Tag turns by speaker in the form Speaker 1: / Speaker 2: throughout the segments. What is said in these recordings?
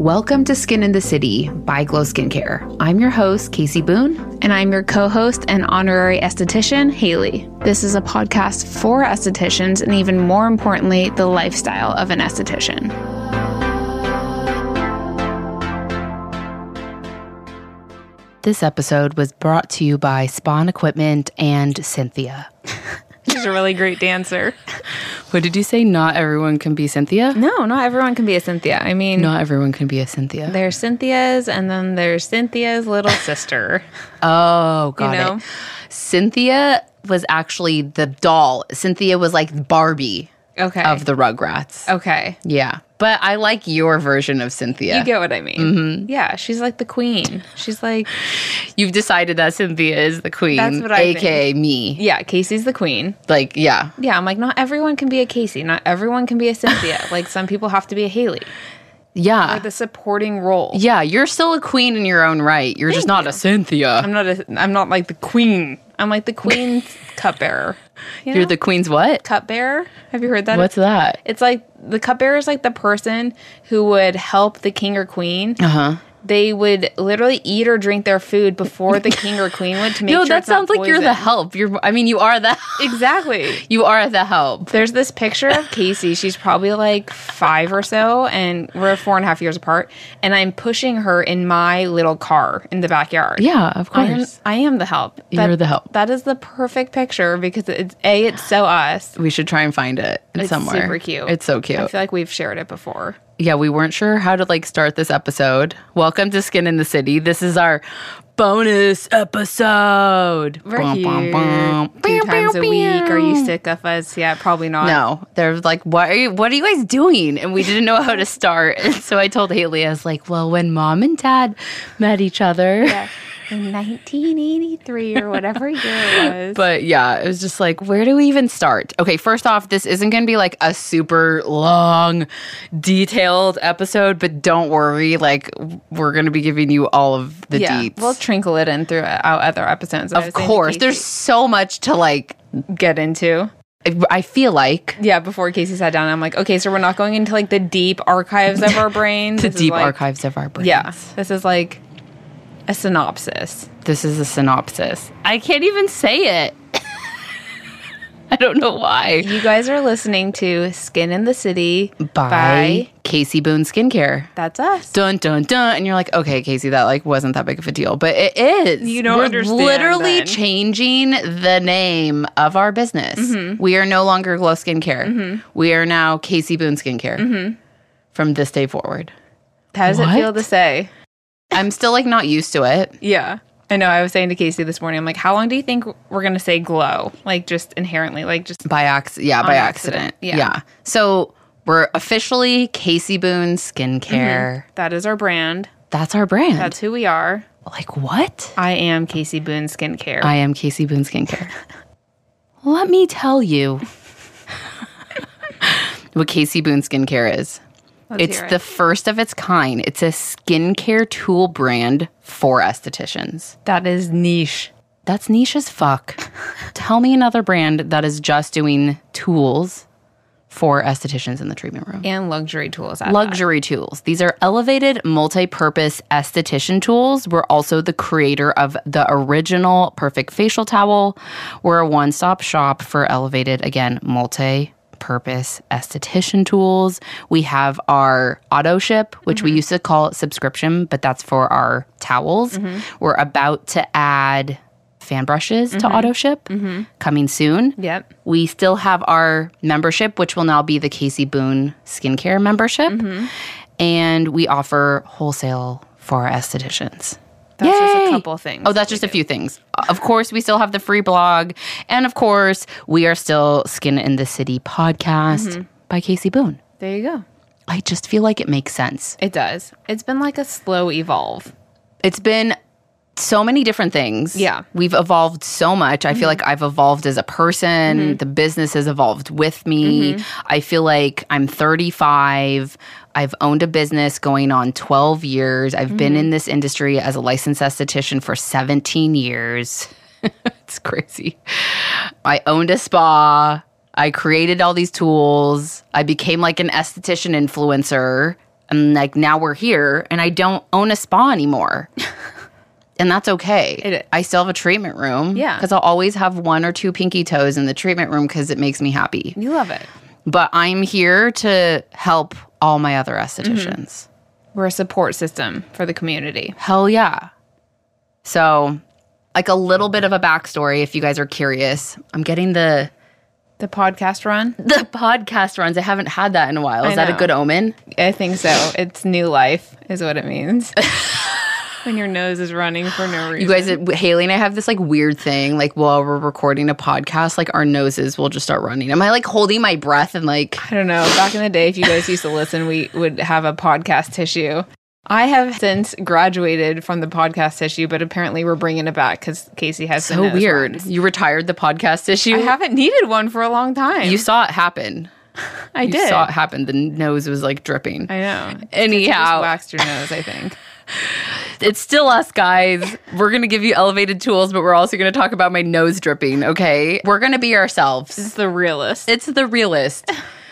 Speaker 1: Welcome to Skin in the City by Glow Skincare. I'm your host, Casey Boone.
Speaker 2: And I'm your co host and honorary esthetician, Haley. This is a podcast for estheticians and, even more importantly, the lifestyle of an esthetician.
Speaker 1: This episode was brought to you by Spawn Equipment and Cynthia.
Speaker 2: She's a really great dancer.
Speaker 1: What did you say? Not everyone can be Cynthia?
Speaker 2: No, not everyone can be a Cynthia. I mean,
Speaker 1: Not everyone can be a Cynthia.
Speaker 2: there's Cynthia's, and then there's Cynthia's little sister.
Speaker 1: Oh, got
Speaker 2: You know?
Speaker 1: it. Cynthia was actually the doll. Cynthia was like Barbie
Speaker 2: Okay.
Speaker 1: of the Rugrats.
Speaker 2: okay.
Speaker 1: Yeah. But I like your version of Cynthia.
Speaker 2: You get what I mean. Yeah, she's like the queen. She's like,
Speaker 1: You've decided that Cynthia is the queen,
Speaker 2: That's what I
Speaker 1: aka me.
Speaker 2: yeah, Casey's the queen.
Speaker 1: Like, yeah,
Speaker 2: Yeah, I'm like, not everyone can be a Casey. Not everyone can be a Cynthia. like, some people have to be a Haley.
Speaker 1: yeah,
Speaker 2: Like, the supporting role.
Speaker 1: yeah. You're still a queen in your own right. You're just not a Cynthia.
Speaker 2: I'm not a, I'm not like the queen. I'm like the queen's cupbearer. You
Speaker 1: You're
Speaker 2: know?
Speaker 1: the queen's what?
Speaker 2: cupbearer. Have you heard that?
Speaker 1: What's that?
Speaker 2: It's like the cupbearer is like the person who would help the king or queen.
Speaker 1: Uh huh.
Speaker 2: They would literally eat or drink their food before the king or queen would to make
Speaker 1: No,
Speaker 2: sure.
Speaker 1: that
Speaker 2: it's not
Speaker 1: sounds like you're the
Speaker 2: poisoned.
Speaker 1: help. You're. I mean, you are the.
Speaker 2: Exactly.
Speaker 1: You are the help.
Speaker 2: There's this picture of Casey. She's probably like five or so, and we're four and a half years apart. And I'm pushing her in my little car in the backyard.
Speaker 1: Yeah, of
Speaker 2: I am, I am the help.
Speaker 1: You're the help.
Speaker 2: That is the perfect picture because it's a. It's so us.
Speaker 1: we should try and find it
Speaker 2: It's
Speaker 1: somewhere.
Speaker 2: super cute.
Speaker 1: It's so cute.
Speaker 2: I feel like we've shared it before.
Speaker 1: yeah, we weren't sure how to like start this episode. Welcome to Skin in the City. This is our bonus episode.
Speaker 2: We're
Speaker 1: Bum, bum,
Speaker 2: here
Speaker 1: bum.
Speaker 2: two
Speaker 1: Bow,
Speaker 2: times
Speaker 1: bow,
Speaker 2: a week. Are you
Speaker 1: bow.
Speaker 2: sick of us? Yeah, probably not.
Speaker 1: No, they're like, "What are you? What are you guys doing?" And we didn't know how to start. And so I told Haley, I was like, "Well, when mom and dad met each other."
Speaker 2: Yeah. In 1983 or whatever year it was.
Speaker 1: But yeah, it was just like, where do we even start? Okay, first off, this isn't going to be like a super long, detailed episode, but don't worry, like we're going to be giving you all of the
Speaker 2: yeah,
Speaker 1: deets.
Speaker 2: we'll trinkle it in throughout other episodes. I
Speaker 1: of
Speaker 2: was saying to
Speaker 1: course,
Speaker 2: Casey-
Speaker 1: there's so much to like.
Speaker 2: get into.
Speaker 1: I- I feel like
Speaker 2: Yeah, before Casey sat down, I'm like, okay, so we're not going into like the deep archives of our brains.
Speaker 1: the
Speaker 2: This is,
Speaker 1: deep
Speaker 2: like-
Speaker 1: archives of our brains.
Speaker 2: Yeah, this is like a synopsis.
Speaker 1: This is a synopsis. I can't even say it. I don't know why.
Speaker 2: You guys are listening to Skin in the City
Speaker 1: By Casey Boone Skincare.
Speaker 2: That's Us.
Speaker 1: Dun dun dun, and you're like, okay, Casey, that like wasn't that big of a deal, but it is.
Speaker 2: You don't
Speaker 1: We're
Speaker 2: understand
Speaker 1: Literally
Speaker 2: then.
Speaker 1: changing the name of our business.
Speaker 2: Mm-hmm.
Speaker 1: We are no longer Glow Skincare. We are now Casey Boone Skincare.
Speaker 2: Mm-hmm.
Speaker 1: From this day forward,
Speaker 2: How does it feel
Speaker 1: What?
Speaker 2: to say?
Speaker 1: I'm still like not used to it.
Speaker 2: Yeah. I know. I was saying to Casey this morning, I'm like, how long do you think we're going to say glow? Like, just inherently, like, just
Speaker 1: By accident. Yeah, by accident.
Speaker 2: accident, yeah.
Speaker 1: yeah. So we're officially Casey Boone Skincare.
Speaker 2: that is our brand.
Speaker 1: That's our brand.
Speaker 2: Mm-hmm. That's who we are.
Speaker 1: like what?
Speaker 2: I am Casey Boone Skincare.
Speaker 1: I am Casey Boone Skincare. Let me tell you what Casey Boone Skincare is.
Speaker 2: Let's
Speaker 1: it's
Speaker 2: hear it.
Speaker 1: the first of its kind. It's a skincare tool brand for estheticians.
Speaker 2: that is niche.
Speaker 1: That's niche as fuck. tell me another brand that is just doing tools for estheticians in the treatment room.
Speaker 2: And luxury tools. at that.
Speaker 1: Luxury tools. These are elevated multi purpose esthetician tools. We're also the creator of the original Perfect Facial Towel. We're a one stop shop for elevated, again, multi purpose esthetician tools. We have our auto ship, which we used to call it subscription, but that's for our towels. We're about to add fan brushes to auto ship coming soon.
Speaker 2: Yep.
Speaker 1: We still have our membership, which will now be the Casey Boone skincare membership.
Speaker 2: Mm-hmm.
Speaker 1: And we offer wholesale for our estheticians.
Speaker 2: That's just
Speaker 1: Yay!
Speaker 2: a couple things.
Speaker 1: Oh, that's just a few things. Of course, we still have the free blog. And of course, we are still Skin in the City podcast
Speaker 2: Mm-hmm.
Speaker 1: by Casey Boone.
Speaker 2: There you go.
Speaker 1: I just feel like it makes sense.
Speaker 2: It does. It's been like a slow evolve.
Speaker 1: It's been so many different things.
Speaker 2: Yeah.
Speaker 1: We've evolved so much. I feel like I've evolved as a person. The business has evolved with me. I feel like I'm 35. I've owned a business going on 12 years. I've been in this industry as a licensed esthetician for 17 years. it's crazy. I owned a spa. I created all these tools. I became like an esthetician influencer. and like now we're here and I don't own a spa anymore. and that's okay.
Speaker 2: It-
Speaker 1: I still have a treatment room.
Speaker 2: Yeah.
Speaker 1: Because I'll always have one or two pinky toes in the treatment room because it makes me happy.
Speaker 2: You love it.
Speaker 1: But I'm here to help all my other estheticians.
Speaker 2: Mm-hmm. We're a support system for the community.
Speaker 1: Hell yeah. So, like a little bit of a backstory if you guys are curious. I'm getting the
Speaker 2: The podcast run?
Speaker 1: the podcast runs. I haven't had that in a while. Is
Speaker 2: I
Speaker 1: that a
Speaker 2: know.
Speaker 1: good omen?
Speaker 2: I think so. It's new life, is what it means. when your nose is running for no reason.
Speaker 1: You guys, it- Haley and I have this like weird thing. Like while we're recording a podcast, like our noses will just start running. Am I like holding my breath and like
Speaker 2: I don't know. Back in the day, if you guys used to listen, we would have a podcast tissue. I have since graduated from the podcast tissue, but apparently we're bringing it back because Casey has the
Speaker 1: so
Speaker 2: nose
Speaker 1: weird?
Speaker 2: ones.
Speaker 1: You retired the podcast issue.
Speaker 2: I haven't needed one for a long time.
Speaker 1: you saw it happen.
Speaker 2: I
Speaker 1: you
Speaker 2: did.
Speaker 1: saw it happen. The nose was like dripping.
Speaker 2: I know. Just
Speaker 1: Anyhow,
Speaker 2: waxed your nose, I think.
Speaker 1: it's still us guys. We're going to give you elevated tools, but we're also going to talk about my nose dripping, okay? We're going to be ourselves.
Speaker 2: It's the realist.
Speaker 1: It's the realist.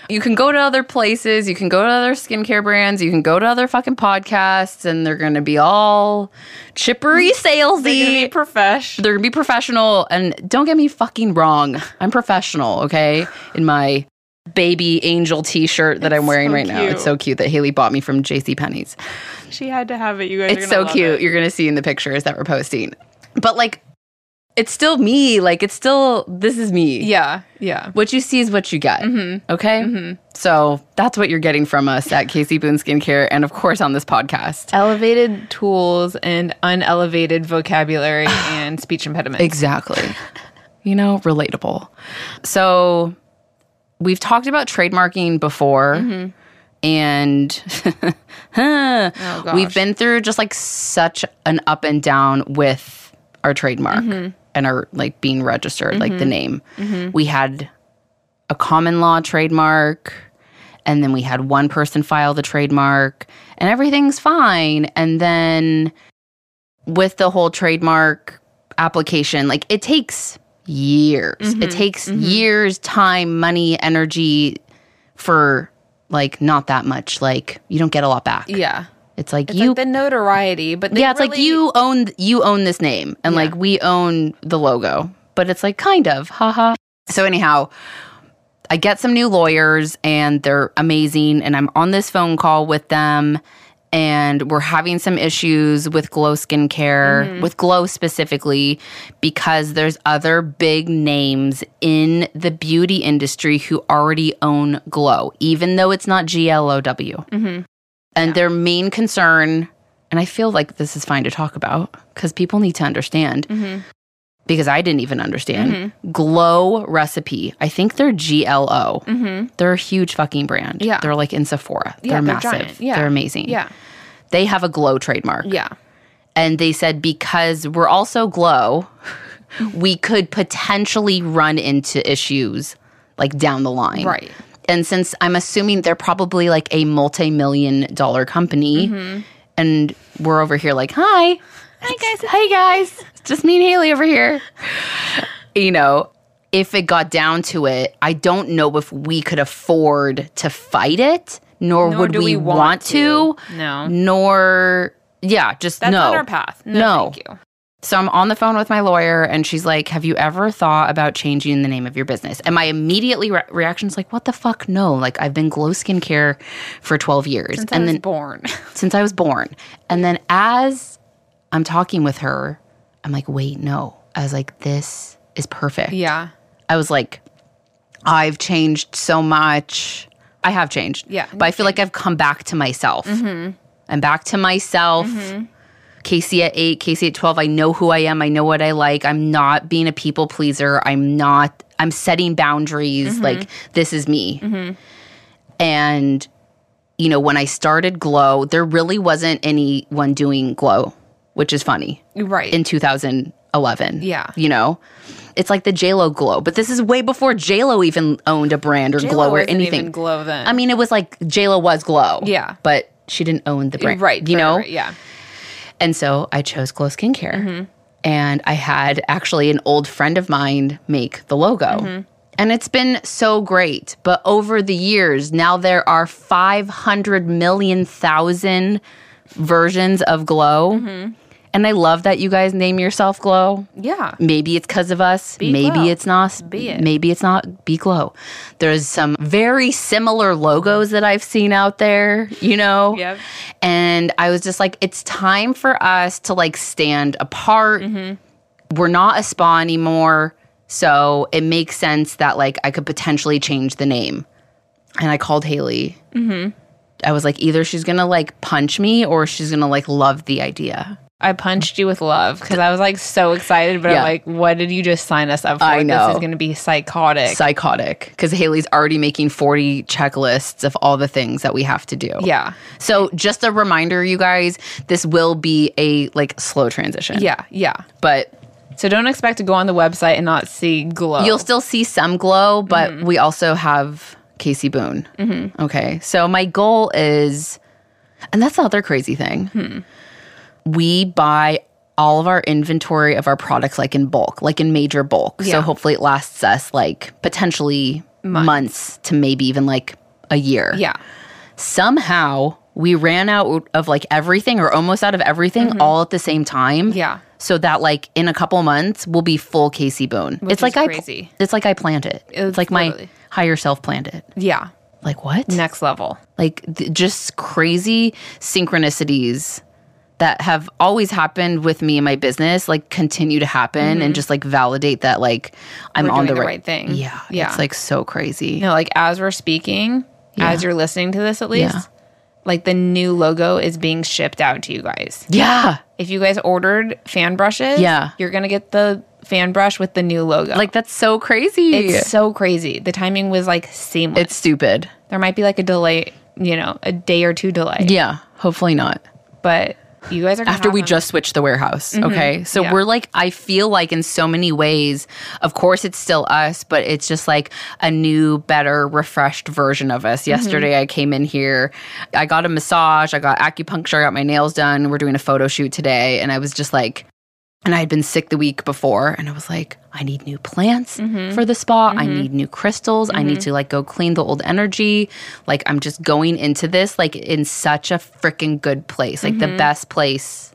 Speaker 1: You can go to other places, you can go to other skincare brands, you can go to other fucking podcasts and they're going to be all chippery salesy.
Speaker 2: profesh.
Speaker 1: They're going to be professional and don't get me fucking wrong. I'm professional, okay? In my baby angel t-shirt that I'm wearing
Speaker 2: so
Speaker 1: right now.
Speaker 2: cute.
Speaker 1: It's so cute that Haley bought me from JC Penney's.
Speaker 2: She had to have it. You guys.
Speaker 1: It's so cute. You're going to see in the pictures that we're posting. But like, it's still me. Like, it's still, this is me.
Speaker 2: Yeah. Yeah.
Speaker 1: What you see is what you get. Okay. So that's what you're getting from us at Casey Boone Skincare and, of course, on this podcast.
Speaker 2: Elevated tools and unelevated vocabulary and speech impediments.
Speaker 1: Exactly. you know, relatable. So we've talked about trademarking before. And we've been through just like such an up and down with our trademark and our like being registered, like the name. We had a common law trademark, and then we had one person file the trademark, and everything's fine. And then with the whole trademark application, like it takes years.
Speaker 2: Mm-hmm,
Speaker 1: It takes years, time, money, energy for like not that much. Like you don't get a lot back.
Speaker 2: Yeah.
Speaker 1: It's like
Speaker 2: It's
Speaker 1: you
Speaker 2: like the notoriety, but they
Speaker 1: yeah, it's like
Speaker 2: really-
Speaker 1: you own you own this name and like we own the logo, but it's like kind of haha. So anyhow, I get some new lawyers and they're amazing and I'm on this phone call with them and we're having some issues with Glow skincare,
Speaker 2: Mm-hmm.
Speaker 1: with Glow specifically because there's other big names in the beauty industry who already own Glow, even though it's not G L O W.
Speaker 2: Mm-hmm.
Speaker 1: And their main concern, and I feel like this is fine to talk about because people need to understand, because I didn't even understand.
Speaker 2: Mm-hmm.
Speaker 1: Glow recipe. I think they're GLO. They're a huge fucking brand.
Speaker 2: Mm-hmm. Yeah.
Speaker 1: They're like in Sephora.
Speaker 2: Yeah,
Speaker 1: they're,
Speaker 2: they're
Speaker 1: massive.
Speaker 2: giant. Yeah.
Speaker 1: They're amazing.
Speaker 2: Yeah.
Speaker 1: They have a glow trademark.
Speaker 2: Yeah.
Speaker 1: And they said because we're also glow, we could potentially run into issues like down the line.
Speaker 2: Right.
Speaker 1: And since I'm assuming they're probably like a multi million dollar company and we're over here like, hi. Mm-hmm. Hi guys. Hi guys. It's just me and Haley over here. you know, if it got down to it, I don't know if we could afford to fight it, nor,
Speaker 2: Nor
Speaker 1: would
Speaker 2: do
Speaker 1: we, want to.
Speaker 2: No.
Speaker 1: Nor yeah, just
Speaker 2: That's
Speaker 1: no.
Speaker 2: not our path. No.
Speaker 1: No.
Speaker 2: Thank you.
Speaker 1: So I'm on the phone with my lawyer, and she's like, "Have you ever thought about changing the name of your business?" And my immediately re- reaction is like, "What the fuck? No! Like I've been Glow Skincare for 12 years,
Speaker 2: Since I
Speaker 1: and
Speaker 2: was
Speaker 1: then
Speaker 2: born.
Speaker 1: since I was born. And then as I'm talking with her, I'm like, wait, no. I was like, this is perfect.
Speaker 2: yeah.
Speaker 1: I was like, I've changed so much. I have changed.
Speaker 2: Yeah,
Speaker 1: But I feel like I've come back to myself. I'm back to myself. Casey at eight, Casey at 12. I know who I am. I know what I like. I'm not being a people pleaser. I'm not, I'm setting boundaries. Like, this is me. And, you know, when I started Glow, there really wasn't anyone doing Glow, which is funny
Speaker 2: Right.
Speaker 1: in 2011.
Speaker 2: Yeah.
Speaker 1: You know, it's like the JLo glow, but this is way before JLo even owned a brand or glow or
Speaker 2: wasn't
Speaker 1: anything.
Speaker 2: Even glow then.
Speaker 1: I mean, it was like JLo was glow.
Speaker 2: Yeah.
Speaker 1: But she didn't own the brand.
Speaker 2: right.
Speaker 1: You
Speaker 2: right,
Speaker 1: know?
Speaker 2: right, Mm-hmm. yeah.
Speaker 1: And so I chose Glow
Speaker 2: Mm-hmm.
Speaker 1: Skincare. And I had actually an old friend of mine make the logo. And it's been so great. But over the years, now there are 500 million thousand versions of Glow.
Speaker 2: Mm-hmm.
Speaker 1: And I love that you guys name yourself Glow.
Speaker 2: Yeah.
Speaker 1: Maybe it's because of us. maybe
Speaker 2: Glow.
Speaker 1: it's not.
Speaker 2: Be it.
Speaker 1: Maybe it's not. Be Glow. There's some very similar logos that I've seen out there, you know?
Speaker 2: Yep.
Speaker 1: And I was just like, it's time for us to like stand apart.
Speaker 2: Mm-hmm.
Speaker 1: We're not a spa anymore. So it makes sense that like I could potentially change the name. And I called Haley.
Speaker 2: Mm-hmm.
Speaker 1: I was like, either she's gonna like punch me or she's gonna like love the idea.
Speaker 2: I punched you with love because I was like so excited, but
Speaker 1: Yeah.
Speaker 2: I'm like, what did you just sign us up for?
Speaker 1: I know.
Speaker 2: This is going to be psychotic.
Speaker 1: psychotic because Haley's already making 40 checklists of all the things that we have to do.
Speaker 2: yeah.
Speaker 1: So just a reminder, you guys, this will be a like slow transition.
Speaker 2: Yeah. Yeah.
Speaker 1: But
Speaker 2: So don't expect to go on the website and not see glow.
Speaker 1: you'll still see some glow, but
Speaker 2: Mm-hmm.
Speaker 1: we also have Casey Boone. Okay. So my goal is, and that's the other crazy thing.
Speaker 2: Hmm.
Speaker 1: We buy all of our inventory of our products like in bulk, like in major bulk. So
Speaker 2: Yeah.
Speaker 1: hopefully it lasts us like potentially months to maybe even like a year.
Speaker 2: yeah.
Speaker 1: somehow we ran out of like everything or almost out of everything
Speaker 2: Mm-hmm.
Speaker 1: all at the same time.
Speaker 2: Yeah.
Speaker 1: So that like in a couple months we'll be full Casey Boone. it's
Speaker 2: is
Speaker 1: like I
Speaker 2: crazy.
Speaker 1: it's like I planned it. It's,
Speaker 2: It's
Speaker 1: like my
Speaker 2: literally-
Speaker 1: higher self planned it.
Speaker 2: Yeah.
Speaker 1: Like what?
Speaker 2: Next level.
Speaker 1: Like th- just crazy synchronicities that have always happened with me and my business like continue to happen and just like validate that like I'm
Speaker 2: Mm-hmm. We're
Speaker 1: on
Speaker 2: doing
Speaker 1: the,
Speaker 2: the
Speaker 1: right,
Speaker 2: right thing.
Speaker 1: Yeah.
Speaker 2: Yeah.
Speaker 1: It's like so crazy.
Speaker 2: You know, like as we're speaking, as you're listening to this at least,
Speaker 1: Yeah.
Speaker 2: like the new logo is being shipped out to you guys.
Speaker 1: Yeah.
Speaker 2: If you guys ordered fan brushes,
Speaker 1: Yeah.
Speaker 2: you're going to get the fan brush with the new logo.
Speaker 1: Like that's so crazy.
Speaker 2: it's so crazy. The timing was like seamless.
Speaker 1: it's stupid.
Speaker 2: there might be like a delay, you know, a day or two delay,
Speaker 1: Yeah, hopefully not.
Speaker 2: but you guys are gonna
Speaker 1: After
Speaker 2: have
Speaker 1: we
Speaker 2: them.
Speaker 1: just switched the warehouse, okay? So
Speaker 2: Uh-huh. yeah.
Speaker 1: we're like I feel like in so many ways, of course it's still us, but it's just like a new, better, refreshed version of us. Yesterday I came in here, I got a massage, I got acupuncture, I got my nails done. We're doing a photo shoot today and I was just like and I had been sick the week before, and I was like, I need new plants for the spa. I need new crystals. I need to like go clean the old energy. Like, I'm just going into this like in such a freaking good place, like the best place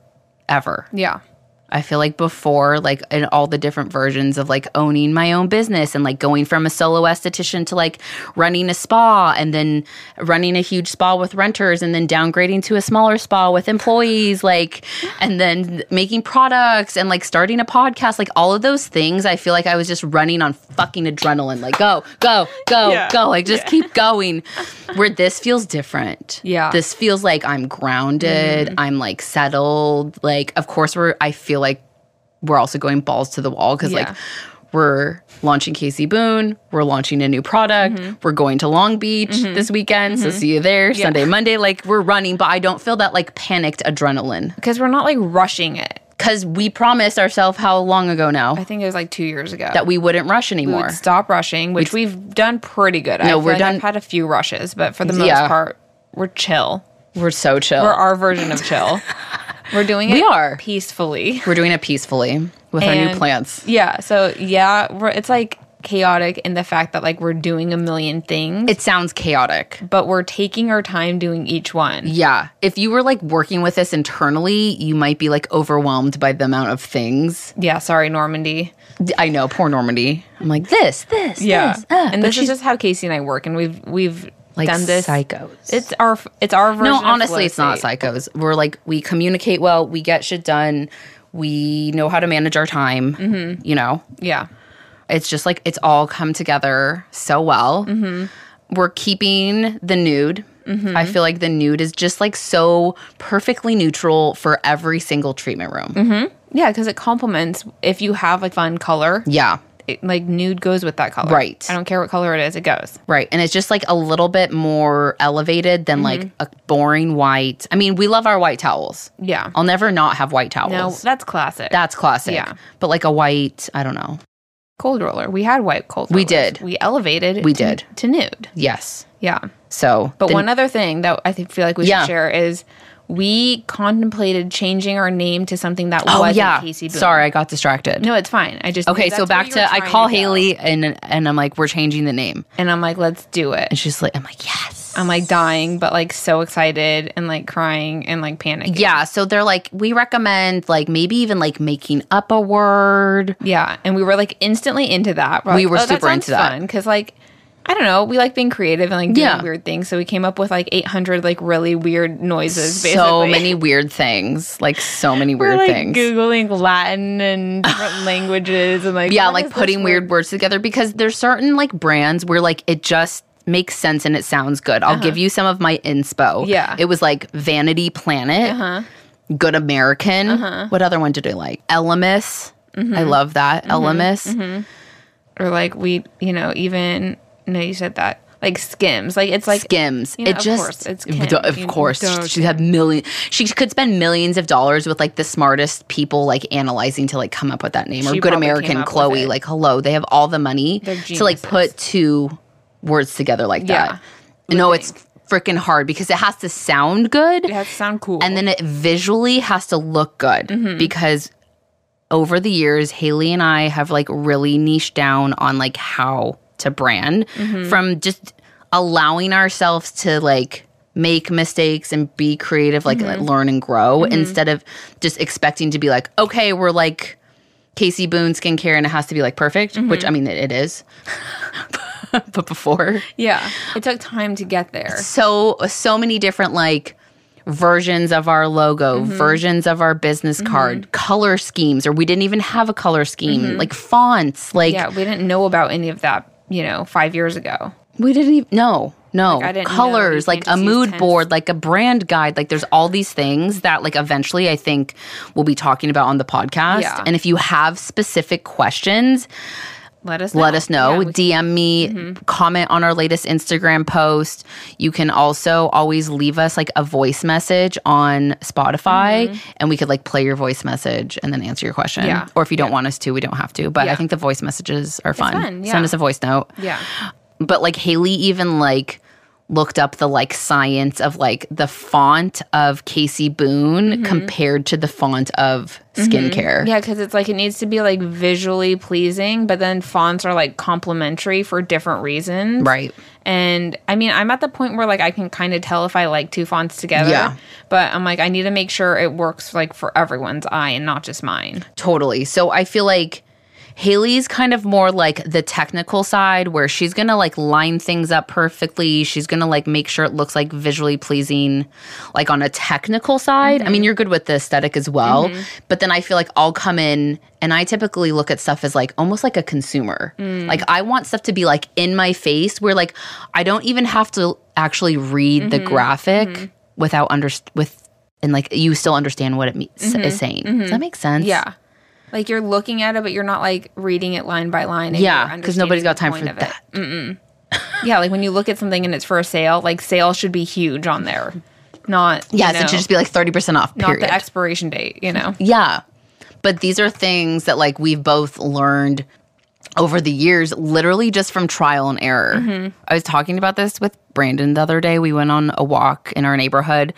Speaker 1: ever.
Speaker 2: yeah,
Speaker 1: I feel like before, like in all the different versions of like owning my own business and like going from a solo esthetician to like running a spa and then running a huge spa with renters and then downgrading to a smaller spa with employees, like, and then making products and like starting a podcast, like all of those things. I feel like I was just running on fucking adrenaline, like go, go, go,
Speaker 2: Yeah.
Speaker 1: go, like just keep going. Where this feels different.
Speaker 2: Yeah. Mm-hmm.
Speaker 1: This feels like I'm grounded. I'm like settled. Like, of course, we're, I feel like we're also going balls to the wall because,
Speaker 2: Yeah.
Speaker 1: like, we're launching Casey Boone. We're launching a new product.
Speaker 2: Mm-hmm.
Speaker 1: We're going to Long Beach this weekend. So, see you there Sunday, Monday. Like, we're running, but I don't feel that like panicked adrenaline
Speaker 2: because we're not like rushing it.
Speaker 1: because we promised ourselves how long ago now
Speaker 2: I think it was like two years ago
Speaker 1: that we wouldn't rush
Speaker 2: we
Speaker 1: anymore.
Speaker 2: would stop rushing, which we've done pretty good. I
Speaker 1: No,
Speaker 2: feel
Speaker 1: we're
Speaker 2: like
Speaker 1: done-
Speaker 2: I've had a few rushes, but for the most
Speaker 1: Yeah.
Speaker 2: part, we're chill.
Speaker 1: we're so chill.
Speaker 2: We're our version of chill. we're doing it.
Speaker 1: We are.
Speaker 2: peacefully.
Speaker 1: we're doing it peacefully with our new
Speaker 2: And-
Speaker 1: plants.
Speaker 2: Yeah. So yeah, we're, it's like chaotic in the fact that like we're doing a million things,
Speaker 1: It sounds chaotic.
Speaker 2: but we're taking our time doing each one.
Speaker 1: Yeah. If you were like working with this internally, you might be like overwhelmed by the amount of things.
Speaker 2: Yeah. Sorry, Normandy.
Speaker 1: D- I know, poor Normandy. I'm like, this, this, this. ah,
Speaker 2: and
Speaker 1: but
Speaker 2: this is
Speaker 1: she's
Speaker 2: just how Casey and I work, and we've we've
Speaker 1: like
Speaker 2: done this.
Speaker 1: psychos.
Speaker 2: It's our it's our version.
Speaker 1: no,
Speaker 2: of
Speaker 1: honestly, it's not
Speaker 2: Felicity.
Speaker 1: psychos. We're like, we communicate well, we get shit done, we know how to manage our time,
Speaker 2: Mm-hmm.
Speaker 1: you know?
Speaker 2: Yeah.
Speaker 1: It's just like it's all come together so well.
Speaker 2: Mm-hmm.
Speaker 1: We're keeping the nude. I feel like the nude is just like so perfectly neutral for every single treatment room.
Speaker 2: Mm-hmm. Yeah, because it complements if you have a fun color.
Speaker 1: Yeah.
Speaker 2: It, like nude goes with that color.
Speaker 1: Right.
Speaker 2: I don't care what color it is, it goes.
Speaker 1: Right. And it's just like a little bit more elevated than like
Speaker 2: Mm-hmm.
Speaker 1: a boring white. I mean, we love our white towels.
Speaker 2: Yeah.
Speaker 1: I'll never not have white towels.
Speaker 2: No, that's classic.
Speaker 1: That's classic.
Speaker 2: Yeah.
Speaker 1: But like a white, I don't know.
Speaker 2: cold roller. We had white cold.
Speaker 1: We
Speaker 2: rollers.
Speaker 1: did.
Speaker 2: We elevated.
Speaker 1: We
Speaker 2: to-
Speaker 1: did.
Speaker 2: to nude.
Speaker 1: Yes.
Speaker 2: Yeah.
Speaker 1: So,
Speaker 2: But
Speaker 1: the-
Speaker 2: one other thing that I think feel like we
Speaker 1: Yeah.
Speaker 2: should share is we contemplated changing our name to something that
Speaker 1: Oh
Speaker 2: wasn't
Speaker 1: yeah.
Speaker 2: Casey Boone.
Speaker 1: Sorry, I got distracted.
Speaker 2: No, it's fine. I just
Speaker 1: okay,
Speaker 2: that's
Speaker 1: so
Speaker 2: where
Speaker 1: back
Speaker 2: you were
Speaker 1: to I
Speaker 2: trying
Speaker 1: call
Speaker 2: go.
Speaker 1: Haley and and I'm like we're changing the name.
Speaker 2: and I'm like, let's do it.
Speaker 1: And she's like I'm like yes.
Speaker 2: I'm like dying, but like so excited and like crying and like panicking.
Speaker 1: yeah, so they're like we recommend like maybe even like making up a word.
Speaker 2: Yeah, and we were like instantly into that. We're
Speaker 1: We
Speaker 2: like,
Speaker 1: were
Speaker 2: "Oh, that
Speaker 1: super into
Speaker 2: sounds
Speaker 1: that.
Speaker 2: fun because like I don't know, we like being creative and like doing
Speaker 1: Yeah.
Speaker 2: weird things. So we came up with like 800 like really weird noises. Basically.
Speaker 1: So many weird things, like so many
Speaker 2: We're,
Speaker 1: weird
Speaker 2: like,
Speaker 1: things.
Speaker 2: Googling Latin and different languages and like
Speaker 1: yeah,
Speaker 2: what
Speaker 1: like
Speaker 2: is
Speaker 1: putting
Speaker 2: this
Speaker 1: weird words together because there's certain like brands where like it just makes sense and it sounds good. I'll give you some of my inspo.
Speaker 2: Uh-huh. Yeah. Uh-huh.
Speaker 1: It was like Vanity Planet, Good American. What other one did I like? Elemis.
Speaker 2: Mm-hmm.
Speaker 1: I love that. Elemis.
Speaker 2: or like we you know even no you said that like skims like it's like
Speaker 1: Skims.
Speaker 2: you know,
Speaker 1: it
Speaker 2: of
Speaker 1: just,
Speaker 2: course, it's
Speaker 1: Duh,
Speaker 2: Kim.
Speaker 1: of
Speaker 2: You-
Speaker 1: course,
Speaker 2: duh,
Speaker 1: she had million. She could spend millions of dollars with like the smartest people, like analyzing to like come up with that name or
Speaker 2: She
Speaker 1: Good
Speaker 2: probably came
Speaker 1: American
Speaker 2: up with
Speaker 1: Chloe.
Speaker 2: it.
Speaker 1: Like, hello, they have all the money
Speaker 2: They're
Speaker 1: to like put two words together like
Speaker 2: Yeah.
Speaker 1: that. No, it's freaking hard because it has to sound good
Speaker 2: it has to sound cool
Speaker 1: and then it visually has to look good because over the years haley and i have like really niched down on like how to brand from just allowing ourselves to like make mistakes and be creative like learn and grow instead of just expecting to be like okay we're like casey boone skincare and it has to be like perfect which i mean it, it is but before
Speaker 2: yeah it took time to get there
Speaker 1: so so many different like versions of our logo,
Speaker 2: Mm-hmm.
Speaker 1: versions of our business card, color schemes, or we didn't even have a color scheme, like fonts, like
Speaker 2: Mm-hmm. yeah we didn't know about any of that you know five years ago
Speaker 1: we didn't even no no
Speaker 2: I didn't know
Speaker 1: colors
Speaker 2: you
Speaker 1: like a
Speaker 2: can't just use
Speaker 1: mood
Speaker 2: pens.
Speaker 1: board like a brand guide like there's all these things that like eventually i think we'll be talking about on the podcast
Speaker 2: Yeah.
Speaker 1: and if you have specific questions
Speaker 2: let us
Speaker 1: let us know.
Speaker 2: Yeah, we- Mm-hmm.
Speaker 1: DM me, comment on our latest Instagram post. You can also always leave us like a voice message on Spotify and we could like play your voice message and then answer your question.
Speaker 2: Mm-hmm. Yeah.
Speaker 1: Or if you don't want us to, we don't have to. But I
Speaker 2: Yeah.
Speaker 1: think the voice messages are fun.
Speaker 2: fun, yeah.
Speaker 1: Send us a voice note.
Speaker 2: yeah
Speaker 1: But like Haley even like looked up the like science of like the font of Casey Boone compared to the font of skincare.
Speaker 2: Mm-hmm. yeah because it's like it needs to be like visually pleasing but then fonts are like complementary for different reasons
Speaker 1: Right.
Speaker 2: And I mean, I'm at the point where like I can kind of tell if I like two fonts together.
Speaker 1: Yeah.
Speaker 2: But I'm like, I need to make sure it works like for everyone's eye and not just mine.
Speaker 1: Totally. So I feel like Haley's kind of more like the technical side where she's going to like line things up perfectly. She's going to like make sure it looks like visually pleasing like on a technical side. I mean, you're good with the aesthetic as well, but then I feel like I'll come in and I typically look at stuff as like almost like a consumer. Like I want stuff to be like in my face where like I don't even have to actually read the graphic without under with and like you still understand what it means is saying. Does that make sense?
Speaker 2: Yeah. Like you're looking at it, but you're not like reading it line by line. and
Speaker 1: Yeah,
Speaker 2: you're
Speaker 1: 'cause nobody's
Speaker 2: understanding
Speaker 1: got
Speaker 2: the
Speaker 1: time for
Speaker 2: point of it. Mm-mm. yeah. Like when you look at something and it's for a sale, like sale should be huge on there, not
Speaker 1: Yes,
Speaker 2: you know,
Speaker 1: it should just be like 30% off,
Speaker 2: not
Speaker 1: period.
Speaker 2: the expiration date. You know.
Speaker 1: yeah. But these are things that like we've both learned over the years, literally just from trial and error.
Speaker 2: Mm-hmm.
Speaker 1: I was talking about this with Brandon the other day. We went on a walk in our neighborhood.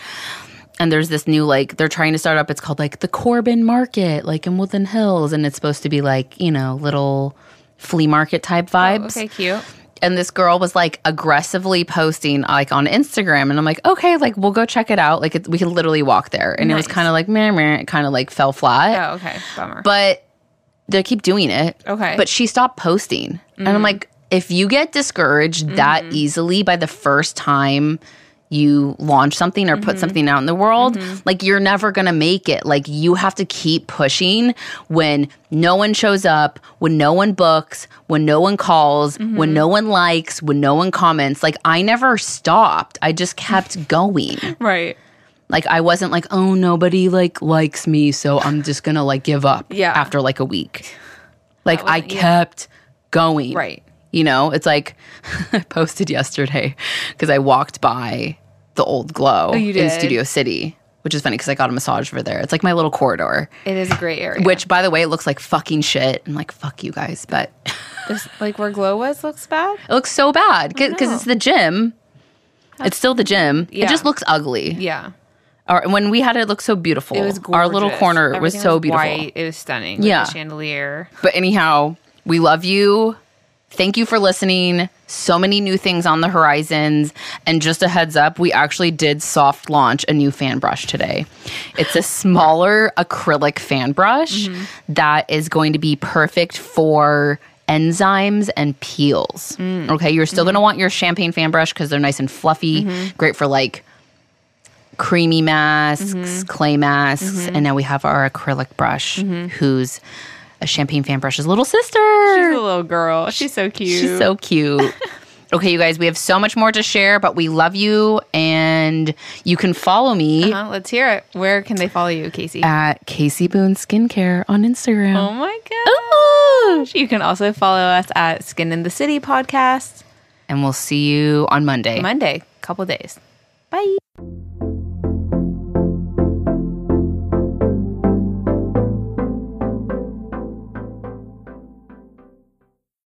Speaker 1: And there's this new like they're trying to start up. It's called like the Corbin Market, like in Woodland Hills, and it's supposed to be like you know little flea market type vibes.
Speaker 2: Oh, Okay. Cute.
Speaker 1: and this girl was like aggressively posting like on Instagram, and I'm like, okay, like we'll go check it out. Like it, we could literally walk there, and it was
Speaker 2: Nice.
Speaker 1: kind of like meh, meh, it kind of like fell flat.
Speaker 2: Oh. Okay. Bummer.
Speaker 1: But they keep doing it.
Speaker 2: Okay.
Speaker 1: but she stopped posting, and I'm like, if you get discouraged that easily by the first time you launch something or put something out in the world, like you're never gonna make it. Like you have to keep pushing when no one shows up, when no one books, when no one calls, when no one likes, when no one comments. Like I never stopped. I just kept going.
Speaker 2: right.
Speaker 1: Like I wasn't like, oh, nobody like likes me, so I'm just gonna like give up
Speaker 2: Yeah.
Speaker 1: after like a week. Like I
Speaker 2: wasn't you.
Speaker 1: kept going.
Speaker 2: Right.
Speaker 1: You know, it's like I posted yesterday because I walked by the old glow
Speaker 2: Oh, you
Speaker 1: in
Speaker 2: did?
Speaker 1: Studio City, which is funny because I got a massage over there. It's like my little corridor.
Speaker 2: It is a great area.
Speaker 1: Which by the way, it looks like fucking shit. I'm like, fuck you guys, but
Speaker 2: This- like where glow was looks bad.
Speaker 1: it looks so bad. Because it's the gym. It's still the gym.
Speaker 2: Yeah.
Speaker 1: It just looks ugly.
Speaker 2: Yeah.
Speaker 1: Our, when we had it, it looked so beautiful.
Speaker 2: It was gorgeous.
Speaker 1: Our little corner was
Speaker 2: Everything
Speaker 1: so beautiful.
Speaker 2: White. It was stunning. Like
Speaker 1: Yeah.
Speaker 2: the chandelier.
Speaker 1: But anyhow, we love you. Thank you for listening. So many new things on the horizons. And just a heads up, we actually did soft launch a new fan brush today. It's a smaller acrylic fan brush that is going to be perfect for enzymes and peels. Okay, you're still going to want your champagne fan brush because they're nice and fluffy, great for like creamy masks, clay masks, and now we have our acrylic brush, who's a champagne fan brush's little
Speaker 2: She's a
Speaker 1: sister.
Speaker 2: little girl. She's so cute.
Speaker 1: She's so cute. okay, you guys, we have so much more to share, but we love you, and you can follow me
Speaker 2: Huh, Uh-huh. let's hear it. Where can they follow you, Casey?
Speaker 1: at Casey Boone Skincare on Instagram.
Speaker 2: oh my gosh.
Speaker 1: Oh.
Speaker 2: You can also follow us at Skin in the City podcast
Speaker 1: And we'll see you on Monday.
Speaker 2: Monday, couple days. Bye.